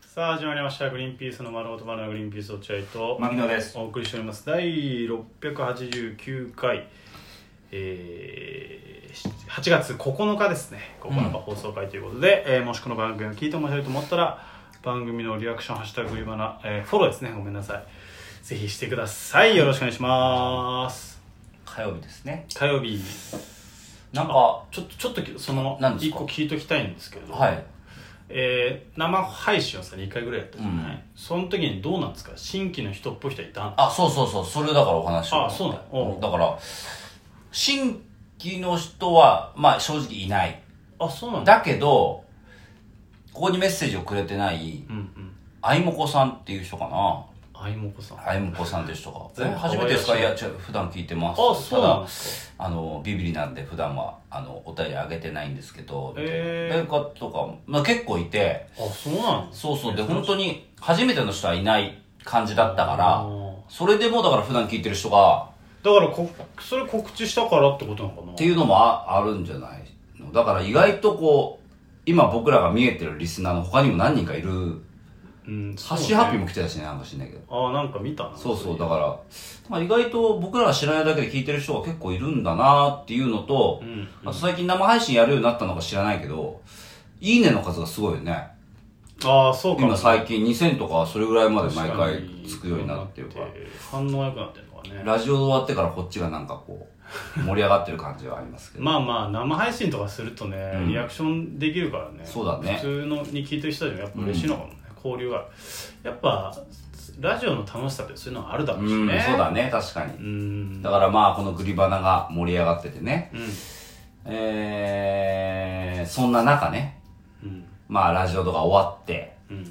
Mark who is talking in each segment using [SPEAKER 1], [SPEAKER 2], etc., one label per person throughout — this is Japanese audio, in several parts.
[SPEAKER 1] さあ始まりました「グリーンピースの丸ごとバナナグリーンピース落合」と
[SPEAKER 2] 牧野です
[SPEAKER 1] お送りしております第689回えーし8月9日ですね9日
[SPEAKER 2] うん
[SPEAKER 1] 放送回ということで、えーもしこの番組を聞いて面白いと思ったら番組のリアクション「ハッシュタググリバナ」えーフォローですねごめんなさいぜひしてくださいよろしくお願いします
[SPEAKER 2] 火曜日ですね
[SPEAKER 1] 火曜日
[SPEAKER 2] なんか
[SPEAKER 1] ちょっとちょっとその
[SPEAKER 2] 何です
[SPEAKER 1] 1
[SPEAKER 2] か
[SPEAKER 1] 個聞いときたいんですけど、
[SPEAKER 2] はい
[SPEAKER 1] えー生配信をさ2回ぐらいやったじゃない、
[SPEAKER 2] うん
[SPEAKER 1] その時にどうなんですか新規の人っぽい人はいたん
[SPEAKER 2] あそうそうそうそれだからお話を
[SPEAKER 1] あそうなのおう
[SPEAKER 2] だから新規の人はまあ正直いない
[SPEAKER 1] あそうなんだ
[SPEAKER 2] だけどここにメッセージをくれてない
[SPEAKER 1] うんうん
[SPEAKER 2] あいもこさんっていう人かな
[SPEAKER 1] あいもこさんあ
[SPEAKER 2] あいもこさんっていう人が
[SPEAKER 1] 全
[SPEAKER 2] え
[SPEAKER 1] 部
[SPEAKER 2] 初めてですか
[SPEAKER 1] 可
[SPEAKER 2] い
[SPEAKER 1] 愛ら
[SPEAKER 2] やちょ普段聞いてます
[SPEAKER 1] そうなん
[SPEAKER 2] ただ
[SPEAKER 1] です
[SPEAKER 2] あのビビりなんで普段はあのお便りあげてないんですけど
[SPEAKER 1] へー
[SPEAKER 2] 誰かとかも、まあ、結構いて
[SPEAKER 1] かあそうなんです
[SPEAKER 2] そうそうで本当に初めての人はいない感じだったから
[SPEAKER 1] あ
[SPEAKER 2] それでもだから普段聞いてる人が
[SPEAKER 1] だからこそれ告知したからってことなのかな
[SPEAKER 2] っていうのもああるんじゃないのだから意外とこう今僕らが見えてるリスナーの他にも何人かいる
[SPEAKER 1] うん
[SPEAKER 2] ハッシーハッピー
[SPEAKER 1] も
[SPEAKER 2] も来てたしねなんか知んないけど
[SPEAKER 1] あなんか見たな
[SPEAKER 2] そうそうだからまあ意外と僕らが知らないだけで聞いてる人が結構いるんだなっていうのと
[SPEAKER 1] うん
[SPEAKER 2] あと最近生配信やるようになったのか知らないけどいいねの数がすごいよね
[SPEAKER 1] ああそうか
[SPEAKER 2] 今最近2000とかそれぐらいまで毎
[SPEAKER 1] 確か
[SPEAKER 2] 回
[SPEAKER 1] に
[SPEAKER 2] つくようになってるから
[SPEAKER 1] 反応が良くなってるのかね
[SPEAKER 2] ラジオ終わってからこっちがなんかこう盛り上がってる感じはありますけど
[SPEAKER 1] まあまあ生配信とかするとね、
[SPEAKER 2] うん
[SPEAKER 1] リアクションできるからね
[SPEAKER 2] そうだね
[SPEAKER 1] 普通のに聞いてる人たちもやっぱ嬉しいのかもね、交流がやっぱラジオの楽しさってそういうのはあるだろ
[SPEAKER 2] う
[SPEAKER 1] うんしね
[SPEAKER 2] そうだね確かに
[SPEAKER 1] うん
[SPEAKER 2] だからまあこのグリバナが盛り上がっててね
[SPEAKER 1] うん
[SPEAKER 2] えー、そんな中ね
[SPEAKER 1] うん
[SPEAKER 2] まあラジオとか終わって
[SPEAKER 1] うん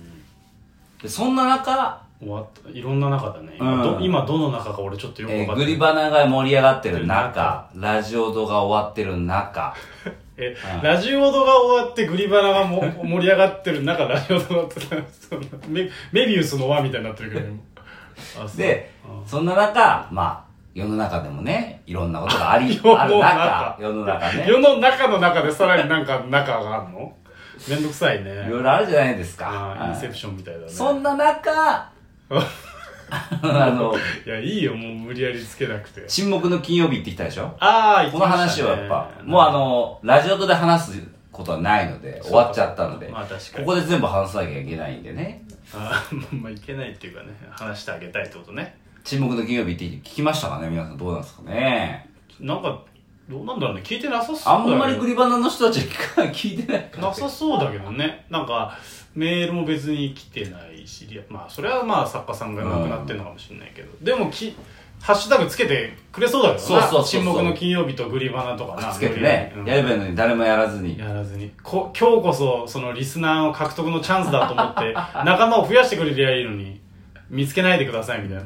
[SPEAKER 2] でそんな中、
[SPEAKER 1] 終わったいろんな中だね今ど,、
[SPEAKER 2] うん
[SPEAKER 1] 今どの中か俺ちょっとよく
[SPEAKER 2] え
[SPEAKER 1] 分か
[SPEAKER 2] ー
[SPEAKER 1] って
[SPEAKER 2] グ
[SPEAKER 1] ない
[SPEAKER 2] リバナが盛り上がってる中ラジオ動画終わってる中
[SPEAKER 1] え
[SPEAKER 2] うん
[SPEAKER 1] ラジオ動が終わってグリバナがも 盛り上がってる中ラジオ動画って そのメメビウスの輪みたいになってるけど今あそう
[SPEAKER 2] で
[SPEAKER 1] あ
[SPEAKER 2] そんな中まあ世の中でもねいろんなことがあり
[SPEAKER 1] 世の
[SPEAKER 2] ある
[SPEAKER 1] 中
[SPEAKER 2] 中世の中ね
[SPEAKER 1] 世の中の中でさらになんか中があるのめんどくさいね
[SPEAKER 2] いろいろあるじゃないですか
[SPEAKER 1] あーインセ
[SPEAKER 2] はい
[SPEAKER 1] プションみたいだね
[SPEAKER 2] そんな 中あの
[SPEAKER 1] いやいいよもう無理やりつけなくて
[SPEAKER 2] 沈黙の金曜日行ってきたでしょ
[SPEAKER 1] ああ
[SPEAKER 2] この話はやっぱ、もうあの、ラジオとで話すことはないので、終わっちゃったので、
[SPEAKER 1] まあ確か
[SPEAKER 2] こ
[SPEAKER 1] に
[SPEAKER 2] こで全部話さなきゃいけないんでね。
[SPEAKER 1] あーまあいけないっていうかね話してあげたいってことね
[SPEAKER 2] 沈黙の金曜日って聞きましたかね皆さんどうなんですかね
[SPEAKER 1] なんかどうなんだろうね聞いてなさそうだ
[SPEAKER 2] あ
[SPEAKER 1] よ
[SPEAKER 2] ん
[SPEAKER 1] ね
[SPEAKER 2] まりグリバナの人たちが聞いてないから
[SPEAKER 1] な。さそうだけどねなんかメールも別に来てないしリアまあそれはまあ作家さんが亡くなってるのかもしれないけど、でもきハッシュタグつけてくれそうだけどな
[SPEAKER 2] そうそうそうそう
[SPEAKER 1] 沈黙の金曜日とグリバナとか
[SPEAKER 2] く
[SPEAKER 1] な
[SPEAKER 2] っつけてね
[SPEAKER 1] 無、理
[SPEAKER 2] や
[SPEAKER 1] やり
[SPEAKER 2] ればいいのに誰もやらず
[SPEAKER 1] うん
[SPEAKER 2] に。
[SPEAKER 1] やらずにこ今日こそそのリスナーを獲得のチャンスだと思って 仲間を増やしてくれりゃいいのに見つけないでくださいみたいな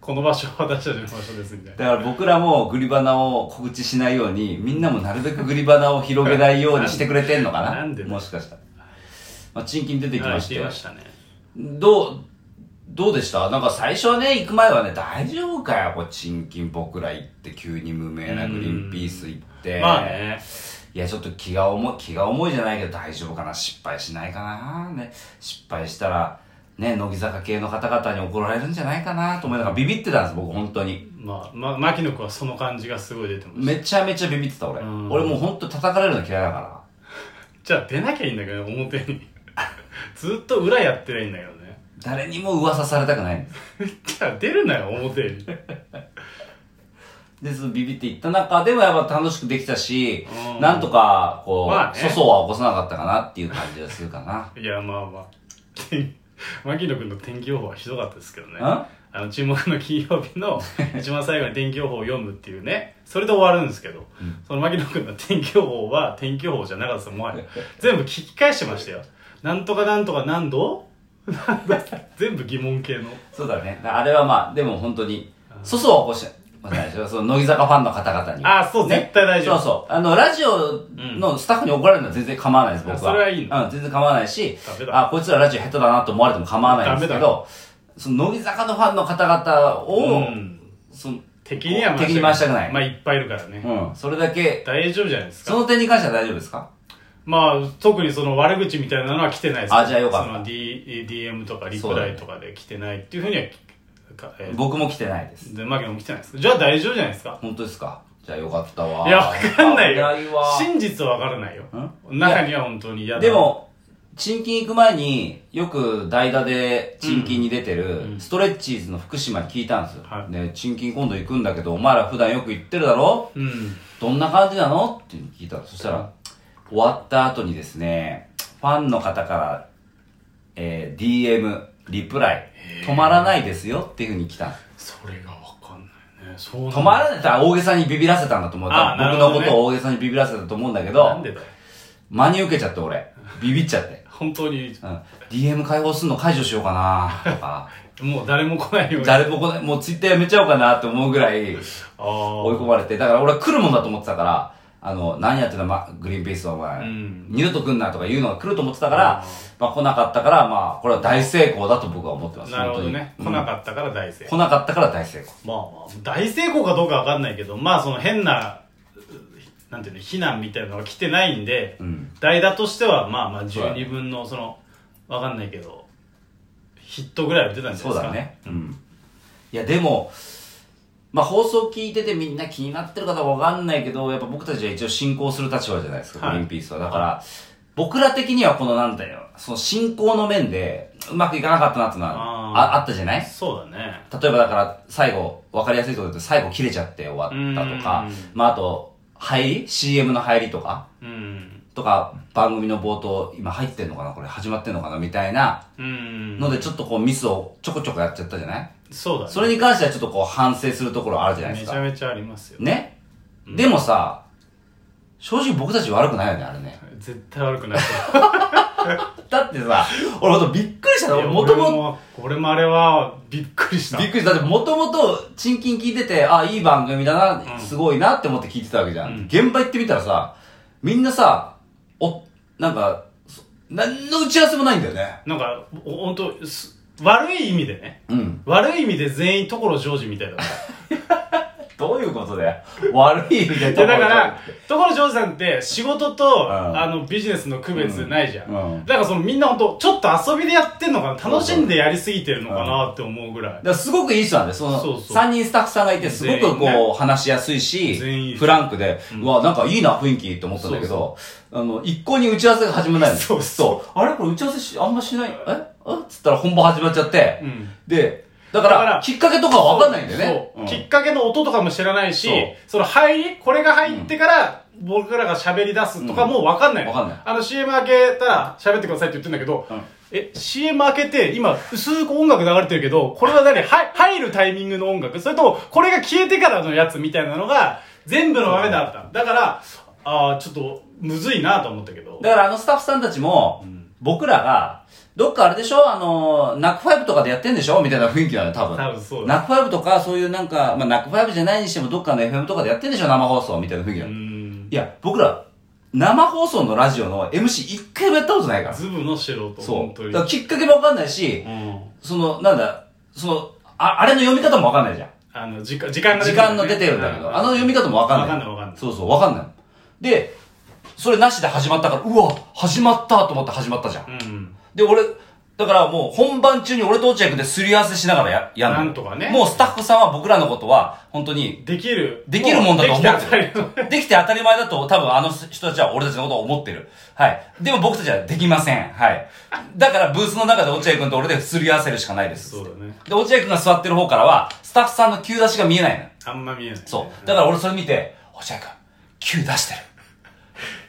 [SPEAKER 1] この場所は私たちの場所ですみたいな
[SPEAKER 2] だから僕らもグリバナを告知しないように、みんなもなるべくグリバナを広げないようにしてくれてんのかな
[SPEAKER 1] なんでだ
[SPEAKER 2] もしかしたら。まあ、チンキン出てき
[SPEAKER 1] は
[SPEAKER 2] まし
[SPEAKER 1] い
[SPEAKER 2] て
[SPEAKER 1] 出。ましたね
[SPEAKER 2] どう、どうでしたなんか最初はね、行く前はね、大丈夫かよ、こう、チンキン僕ら行って、急に無名なグリーンピース行って。
[SPEAKER 1] まあ。ね
[SPEAKER 2] いや、ちょっと気が重い、気が重いじゃないけど、大丈夫かな、失敗しないかな、ね。失敗したら、ね、乃木坂系の方々に怒られるんじゃないかな、と思いながら、ビビってたんです、僕、本当に。
[SPEAKER 1] まあ、ま、牧野君はその感じがすごい出てました
[SPEAKER 2] めちゃめちゃビビってた、俺。
[SPEAKER 1] うん
[SPEAKER 2] 俺もう本当叩かれるの嫌いだから。
[SPEAKER 1] じゃあ出なきゃいいんだけどね表に ずっと裏やってりゃいいんだけどね
[SPEAKER 2] 誰にも噂されたくないんです。
[SPEAKER 1] じゃあ出るなよ表に
[SPEAKER 2] で、そのビビっていった中でもやっぱ楽しくできたし、
[SPEAKER 1] うん
[SPEAKER 2] なんとか、こう、
[SPEAKER 1] まあね
[SPEAKER 2] 粗相は起こさなかったかなっていう感じがするかな。
[SPEAKER 1] いやまあまあ天牧野君の天気予報はひどかったですけど ね
[SPEAKER 2] ん
[SPEAKER 1] あの注目の金曜日の一番最後に天気予報を読むっていうねそれで終わるんですけど、
[SPEAKER 2] うん
[SPEAKER 1] その牧野君の天気予報は天気予報じゃなかったですもはや全部聞き返してましたよなんとかなんとか何度 全部疑問系の
[SPEAKER 2] そうだね。あれはまあ、でも本当に、粗相は起こしまあ大丈夫。その、乃木坂ファンの方々に。
[SPEAKER 1] あそう絶対大丈夫
[SPEAKER 2] そうそう。あの、ラジオのスタッフに怒られるのは全然構わないです、
[SPEAKER 1] うん
[SPEAKER 2] 僕
[SPEAKER 1] あ
[SPEAKER 2] は。
[SPEAKER 1] それはいいの
[SPEAKER 2] うん、全然構わないし
[SPEAKER 1] ダメ、だ
[SPEAKER 2] あ、こいつらラジオ下手だなと思われても構わないんです
[SPEAKER 1] ダ
[SPEAKER 2] け
[SPEAKER 1] メ
[SPEAKER 2] ど、その、乃木坂のファンの方々を、
[SPEAKER 1] うん
[SPEAKER 2] その、
[SPEAKER 1] 敵には
[SPEAKER 2] 敵に回したくない
[SPEAKER 1] まあいっぱいいるからね、
[SPEAKER 2] うん、それだけ、
[SPEAKER 1] 大丈夫じゃないですか
[SPEAKER 2] その点に関しては大丈夫ですか
[SPEAKER 1] まあ、特にその悪口みたいなのは来てないです
[SPEAKER 2] あじゃあよかった
[SPEAKER 1] その、D、DM とかリプライとかで来てないっていうふうにはか、えー、
[SPEAKER 2] 僕も来てないです
[SPEAKER 1] で、マギも来てないです。じゃあ大丈夫じゃないですか。
[SPEAKER 2] 本当ですかじゃあよかったわ
[SPEAKER 1] いや、わかんないよ
[SPEAKER 2] 危わ。
[SPEAKER 1] 真実はわからないよ。
[SPEAKER 2] ん
[SPEAKER 1] 中には本当に嫌だ。
[SPEAKER 2] で、も賃金行く前によく代打で賃金に出て
[SPEAKER 1] うんう
[SPEAKER 2] る
[SPEAKER 1] ん
[SPEAKER 2] ストレッチーズの福島に聞いたんですよ、
[SPEAKER 1] はい
[SPEAKER 2] ね賃金今度行くんだけどお前ら普段よく行ってるだろ
[SPEAKER 1] うん。
[SPEAKER 2] どんな感じなのって聞いたのそしたら終わった後にですねファンの方から、えー DM リプライ止まらないですよっていうふうに来たんです
[SPEAKER 1] それがわかんないね。そうなんだ
[SPEAKER 2] 止まらないって大げさにビビらせたんだと思う
[SPEAKER 1] あなる
[SPEAKER 2] 僕
[SPEAKER 1] ほど
[SPEAKER 2] の
[SPEAKER 1] ね
[SPEAKER 2] ことを大げさにビビらせたと思うんだけど
[SPEAKER 1] なんでだよ。
[SPEAKER 2] 真に受けちゃって俺ビビっちゃって
[SPEAKER 1] 本当に、
[SPEAKER 2] うん DM 解放するの解除しようかなと か
[SPEAKER 1] もう誰も来ないように。あ
[SPEAKER 2] 誰も来ないもうツイッターやめちゃおうかなって思うぐらい追い
[SPEAKER 1] あ。
[SPEAKER 2] 込まれてだから俺は来るもんだと思ってたからあの何やってんだ、ま、グリーンピースはお前、
[SPEAKER 1] うん
[SPEAKER 2] 二度と来んなとか言うのが来ると思ってたか
[SPEAKER 1] あ
[SPEAKER 2] ら
[SPEAKER 1] ー、
[SPEAKER 2] まあ、来なかったからまあこれは大成功だと僕は思ってます
[SPEAKER 1] なるほどね。来
[SPEAKER 2] 本当に
[SPEAKER 1] なかったから大成功。
[SPEAKER 2] 来なかったから大成功
[SPEAKER 1] まあまあ、大成功かどうかわかんないけど、まあその変な、うなんていうの、非難みたいなのは来てないんで、
[SPEAKER 2] うん
[SPEAKER 1] 代打としてはまあまあ
[SPEAKER 2] そうだね
[SPEAKER 1] 12分のその、わかんないけど、ヒットぐらいは出たんじゃ
[SPEAKER 2] そ
[SPEAKER 1] ない
[SPEAKER 2] う
[SPEAKER 1] ですか。
[SPEAKER 2] だね。うん。いや、でも、まあ、放送聞いててみんな気になってる方はわかんないけど、やっぱ僕たちは一応進行する立場じゃないですか、
[SPEAKER 1] はい
[SPEAKER 2] グリーンピースは。だから、僕ら的にはこのなんだよ、その進行の面でうまくいかなかったなってのは
[SPEAKER 1] あー
[SPEAKER 2] ああったじゃない
[SPEAKER 1] そうだね。
[SPEAKER 2] 例えばだから最後、わかりやすいところで言うと最後切れちゃって終わったとか
[SPEAKER 1] うん、
[SPEAKER 2] まあ、あと、入り ?CM の入りとか
[SPEAKER 1] うん。
[SPEAKER 2] とか、番組の冒頭、今入ってんのかなこれ始まってんのかなみたいな
[SPEAKER 1] うん。
[SPEAKER 2] ので、ちょっとこうミスをちょこちょこやっちゃったじゃない
[SPEAKER 1] そうだね。
[SPEAKER 2] それに関してはちょっとこう反省するところあるじゃないで
[SPEAKER 1] め
[SPEAKER 2] す
[SPEAKER 1] ちゃ
[SPEAKER 2] か。
[SPEAKER 1] めちゃありますよ。
[SPEAKER 2] ね、でもさ、正直僕たち悪くないよね、あれね。
[SPEAKER 1] 絶対悪 くない。
[SPEAKER 2] だってさ、 俺ほんとびっくりしたの。もと
[SPEAKER 1] 俺
[SPEAKER 2] も
[SPEAKER 1] も、俺もあれはびっくりし
[SPEAKER 2] と、
[SPEAKER 1] た。
[SPEAKER 2] びっくりした。だってもともと、チンキン聞いてて、あ、いい番組だな、
[SPEAKER 1] うん
[SPEAKER 2] すごいなって思って聞いてたわけじゃん。
[SPEAKER 1] うん
[SPEAKER 2] 現場行ってみたらさ、みんなさ、お、なんか、そ何の打ち合わせもないんだよね。
[SPEAKER 1] なんか、ほんと、す悪い意味でね。
[SPEAKER 2] うん。
[SPEAKER 1] 悪い意味で全員所ジョージみたいだった。
[SPEAKER 2] どういうことだよ。悪い意味で
[SPEAKER 1] でだから、所ジョージさんって仕事と、
[SPEAKER 2] ん
[SPEAKER 1] あのビジネスの区別ないじゃん。
[SPEAKER 2] うんうん
[SPEAKER 1] だからそのみんな本当ちょっと遊びでやってんのかな楽しんでやりすぎてるのかなって思うぐらい
[SPEAKER 2] だ。からすごくいい人なんで、その、
[SPEAKER 1] そうそう
[SPEAKER 2] 3人スタッフさんがいて、すごくこう、
[SPEAKER 1] 全員
[SPEAKER 2] 話しやすいし、
[SPEAKER 1] 全員いい
[SPEAKER 2] フランクで、うわ、なんかいいな、雰囲気って思ったんだけど、あの、一向に打ち合わせが始まらないの。。
[SPEAKER 1] そうそう
[SPEAKER 2] あれこれ打ち合わせし、あんましない、ええつったら本番始まっちゃって、
[SPEAKER 1] うん
[SPEAKER 2] で、だから、
[SPEAKER 1] だから
[SPEAKER 2] きっかけとかはわかんないんだよね。
[SPEAKER 1] そう、
[SPEAKER 2] うん
[SPEAKER 1] きっかけの音とかも知らないし
[SPEAKER 2] そう、
[SPEAKER 1] その入り、これが入ってから、僕らが喋り出すとかもわかんないの。
[SPEAKER 2] うんわかんない
[SPEAKER 1] あの CM 開けたら喋ってくださいって言ってんだけど、
[SPEAKER 2] うん
[SPEAKER 1] え、CM 開けて、今、薄く音楽流れてるけど、これは何はい、入るタイミングの音楽それとも、これが消えてからのやつみたいなのが、全部の場面であった。だから、ああ、ちょっと、むずいなと思ったけど。
[SPEAKER 2] だからあのスタッフさんたちも、
[SPEAKER 1] ん
[SPEAKER 2] 僕らが、どっかあれでしょあの、ナックファイブとかでやってんでしょみたいな雰囲気なのよ、多分。
[SPEAKER 1] 多分そうだ
[SPEAKER 2] ナックファイブとか、そういうなんか、まあ、ナックファイブじゃないにしても、どっかの FM とかでやってんでしょ生放送みたいな雰囲気な
[SPEAKER 1] う
[SPEAKER 2] の。
[SPEAKER 1] ん。
[SPEAKER 2] いや、僕ら、生放送のラジオの MC 一回もやったことないから。
[SPEAKER 1] ズブの素人、
[SPEAKER 2] そ
[SPEAKER 1] 本当
[SPEAKER 2] う。
[SPEAKER 1] に。
[SPEAKER 2] だからきっかけもわかんないし、
[SPEAKER 1] うん。
[SPEAKER 2] その、なんだ、その、あ、あれの読み方もわかんないじゃん。
[SPEAKER 1] あの、時間、時間が
[SPEAKER 2] 時間の出てるんだけど、あの読み方もわかんない。
[SPEAKER 1] わかんないわかんない
[SPEAKER 2] そうそう、わかんない。で、それなしで始まったから、うわ、始まったと思って始まったじゃん。
[SPEAKER 1] 方。うん。
[SPEAKER 2] で、俺、だからもう本番中に俺と落合君ですり合わせしながらや、やんの
[SPEAKER 1] なんとかね
[SPEAKER 2] もうスタッフさんは僕らのことは、本当に、
[SPEAKER 1] できる。
[SPEAKER 2] できるもんだと思
[SPEAKER 1] でき
[SPEAKER 2] ってる
[SPEAKER 1] たら。
[SPEAKER 2] できて当たり前だと多分あの人たちは俺たちのことを思ってる。はい。でも僕たちはできません。はい。だからブースの中で落合君と俺ですり合わせるしかないです。
[SPEAKER 1] そうだね。
[SPEAKER 2] で、落合君が座ってる方からは、スタッフさんの急出しが見えないの。
[SPEAKER 1] あんま見えない。
[SPEAKER 2] そう。だから俺それ見て、落合君、急出してる。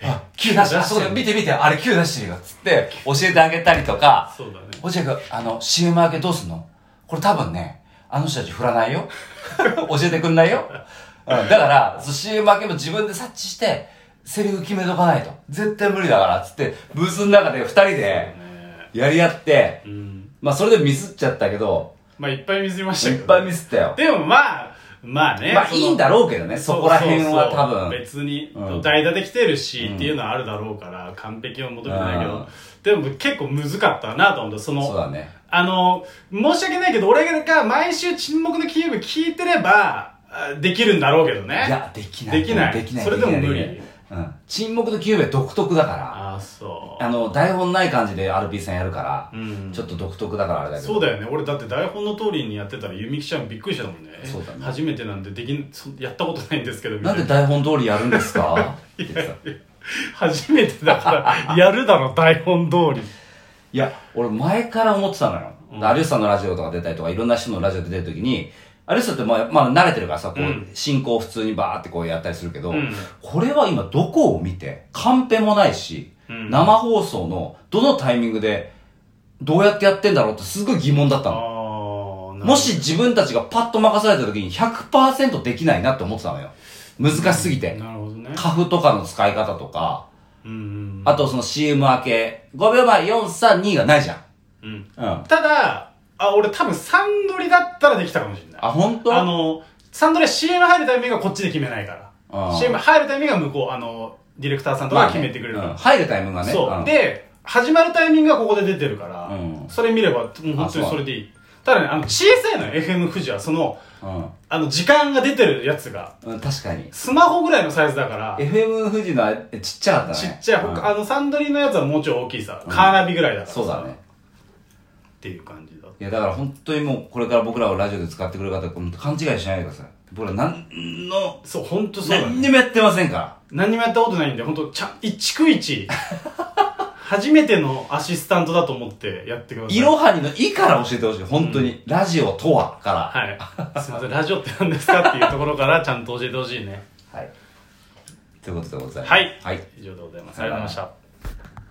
[SPEAKER 2] あ、急出してる。あそうだ、見て見て、あれ急出してるよ。つって、教えてあげたりとか、
[SPEAKER 1] そうだね。
[SPEAKER 2] 落合君、あの、CM 明けどうすんのこれ多分ね、あの人たち振らないよ。 教えてくんないよ。うん、だから、そう CM 明けも自分で察知して、セリフ決めとかないと。絶対無理だから、つって、ブースの中で二人で、やり合って、
[SPEAKER 1] うん。
[SPEAKER 2] まあそれでミスっちゃったけど、
[SPEAKER 1] まあ、いっぱい見せました
[SPEAKER 2] い
[SPEAKER 1] け
[SPEAKER 2] っ
[SPEAKER 1] ど。
[SPEAKER 2] ぱいミスったよ。
[SPEAKER 1] でもまあ、まあね。
[SPEAKER 2] まあいいんだろうけどね、
[SPEAKER 1] そ
[SPEAKER 2] そ
[SPEAKER 1] の
[SPEAKER 2] こら辺
[SPEAKER 1] そ
[SPEAKER 2] は
[SPEAKER 1] う
[SPEAKER 2] 多
[SPEAKER 1] そう
[SPEAKER 2] 分。
[SPEAKER 1] 別に
[SPEAKER 2] うん、
[SPEAKER 1] 代打できてるし、っていうのはあるだろうから、完璧を求めてないけ
[SPEAKER 2] う
[SPEAKER 1] ど。
[SPEAKER 2] ん
[SPEAKER 1] でも結構難かったなと思った。そ
[SPEAKER 2] そう
[SPEAKER 1] の、
[SPEAKER 2] だね。
[SPEAKER 1] あの、申し訳ないけど、俺が毎週沈黙の金曜日聞いてれば、あできるんだろうけどね。
[SPEAKER 2] いや、できない。
[SPEAKER 1] できない
[SPEAKER 2] できない。
[SPEAKER 1] それでも
[SPEAKER 2] きない
[SPEAKER 1] 無理
[SPEAKER 2] きないうん。沈黙とキューベ独特だから、
[SPEAKER 1] ああそう
[SPEAKER 2] あの、台本ない感じで RP さんやるから、
[SPEAKER 1] うん
[SPEAKER 2] ちょっと独特だからあれだけど。
[SPEAKER 1] そうだよね俺だって台本の通りにやってたら弓木ちゃんびっくりしたもんね
[SPEAKER 2] そうだね
[SPEAKER 1] 初めてなんでできんそやったことないんですけどみた
[SPEAKER 2] ないんで台本通りやるんですか って言ってさ。
[SPEAKER 1] 初めてだから やるだろ台本通り
[SPEAKER 2] いや、俺前から思ってたのよ。
[SPEAKER 1] うん
[SPEAKER 2] 有吉さんのラジオとか出たりとか、いろんな人のラジオで出るときに、有吉さんってまあ、まあ慣れてるからさ、こう、
[SPEAKER 1] うん
[SPEAKER 2] 進行普通にバーってこうやったりするけど、
[SPEAKER 1] うん
[SPEAKER 2] これは今どこを見て、カンペもないし、
[SPEAKER 1] うん
[SPEAKER 2] 生放送のどのタイミングで、どうやってやってんだろうってすごい疑問だった
[SPEAKER 1] あ
[SPEAKER 2] の。
[SPEAKER 1] あ
[SPEAKER 2] もし自分たちがパッと任された時に100%できないなって思ってたのよ。難しすぎて。
[SPEAKER 1] なるほどね
[SPEAKER 2] カフとかの使い方とか、
[SPEAKER 1] うんうん
[SPEAKER 2] あとその CM 明け、5秒前、4、3、2がないじゃん。
[SPEAKER 1] うん
[SPEAKER 2] うん。
[SPEAKER 1] ただあ俺多分サンドリだったらできたかもしれない
[SPEAKER 2] あ、本当
[SPEAKER 1] あのサンドリは CM 入るタイミングがこっちで決めないか
[SPEAKER 2] う
[SPEAKER 1] ら
[SPEAKER 2] ん
[SPEAKER 1] CM 入るタイミングが向こうあのディレクターさんと
[SPEAKER 2] まあ
[SPEAKER 1] か
[SPEAKER 2] ね
[SPEAKER 1] 決めてくれるから、
[SPEAKER 2] うん入るタイミングがね。
[SPEAKER 1] そう、
[SPEAKER 2] ん、
[SPEAKER 1] で始まるタイミングがここで出てるから、
[SPEAKER 2] うん
[SPEAKER 1] それ見ればもう本
[SPEAKER 2] あ
[SPEAKER 1] 当
[SPEAKER 2] そう
[SPEAKER 1] にそれでいいただねあの小さいのよ FM 富士はその
[SPEAKER 2] う
[SPEAKER 1] あの時間が出てるやつが
[SPEAKER 2] ん。うん、確かに。
[SPEAKER 1] スマホぐらいのサイズだから、
[SPEAKER 2] FM 富士のはえちっちゃかった
[SPEAKER 1] ち
[SPEAKER 2] ね。
[SPEAKER 1] っちゃい、
[SPEAKER 2] うん
[SPEAKER 1] 他あのサンドリーのやつはもうちょい大きいさ、カーナビぐらいだからさ
[SPEAKER 2] そうだね。
[SPEAKER 1] っていう感じだ
[SPEAKER 2] いや、だから本当にもうこれから僕らをラジオで使ってくれる方、本当勘違いしないでください。僕らなんの、
[SPEAKER 1] そう本当そうだ、
[SPEAKER 2] 何
[SPEAKER 1] ね、
[SPEAKER 2] にもやってませんから。
[SPEAKER 1] 何にもやったことないんで本当ちゃん一区一初めてのアシスタントだと思ってやってください
[SPEAKER 2] いろはにの「い」から教えてほしい。本当に。ラジオとはか
[SPEAKER 1] はいすいませんラジオって何ですかっていうところからちゃんと教えてほしいね
[SPEAKER 2] ら。はい。ということでございます。
[SPEAKER 1] はい
[SPEAKER 2] はい。
[SPEAKER 1] 以上でございます
[SPEAKER 2] さ
[SPEAKER 1] あり
[SPEAKER 2] よ
[SPEAKER 1] がとうございま
[SPEAKER 2] なら
[SPEAKER 1] した